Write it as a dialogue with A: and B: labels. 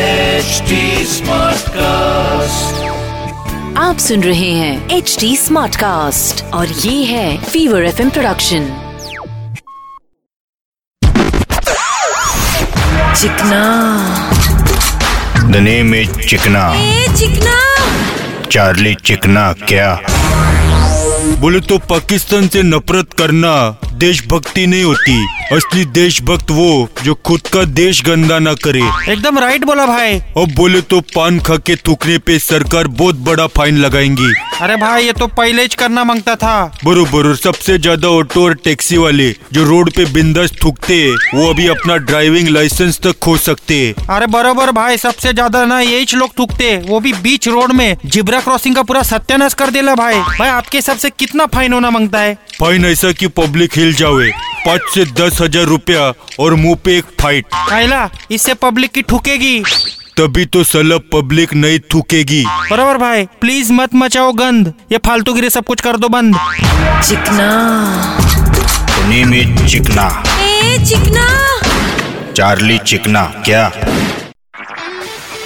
A: HD Smartcast.
B: आप सुन रहे हैं एच डी स्मार्ट कास्ट और ये है फीवर एफ प्रोडक्शन चिकना
C: The name is चिकना
B: ए चिकना
C: चार्ली चिकना क्या
D: बोले तो पाकिस्तान से नफरत करना देशभक्ति नहीं होती असली देशभक्त वो जो खुद का देश गंदा ना करे
E: एकदम राइट बोला भाई
D: अब बोले तो पान खा के थूकने पे सरकार बहुत बड़ा फाइन लगाएंगी
E: अरे भाई ये तो पहले ही करना मांगता था
D: बरोबर और सबसे ज्यादा ऑटो और टैक्सी वाले जो रोड पे बिंदास थूकते हैं, वो अभी अपना ड्राइविंग लाइसेंस तक खो सकते हैं।
E: अरे बरोबर भाई सबसे ज्यादा ना यही लोग थूकते वो भी बीच रोड में जिब्रा क्रॉसिंग का पूरा सत्यानाश कर देला भाई भाई आपके हिसाब से कितना फाइन होना मांगता है
D: फाइन ऐसा कि पब्लिक हिल जावे पाँच से दस हजार रुपया और मुंह पे एक फाइट
E: कहला इससे पब्लिक की ठुकेगी
D: तभी तो सलब पब्लिक नहीं थूकेगी
E: बरोबर भाई प्लीज मत मचाओ गंद ये फालतू गिरे सब कुछ कर दो बंद
B: चिकना
C: The name is चिकना
B: ए चिकना
C: चार्ली चिकना क्या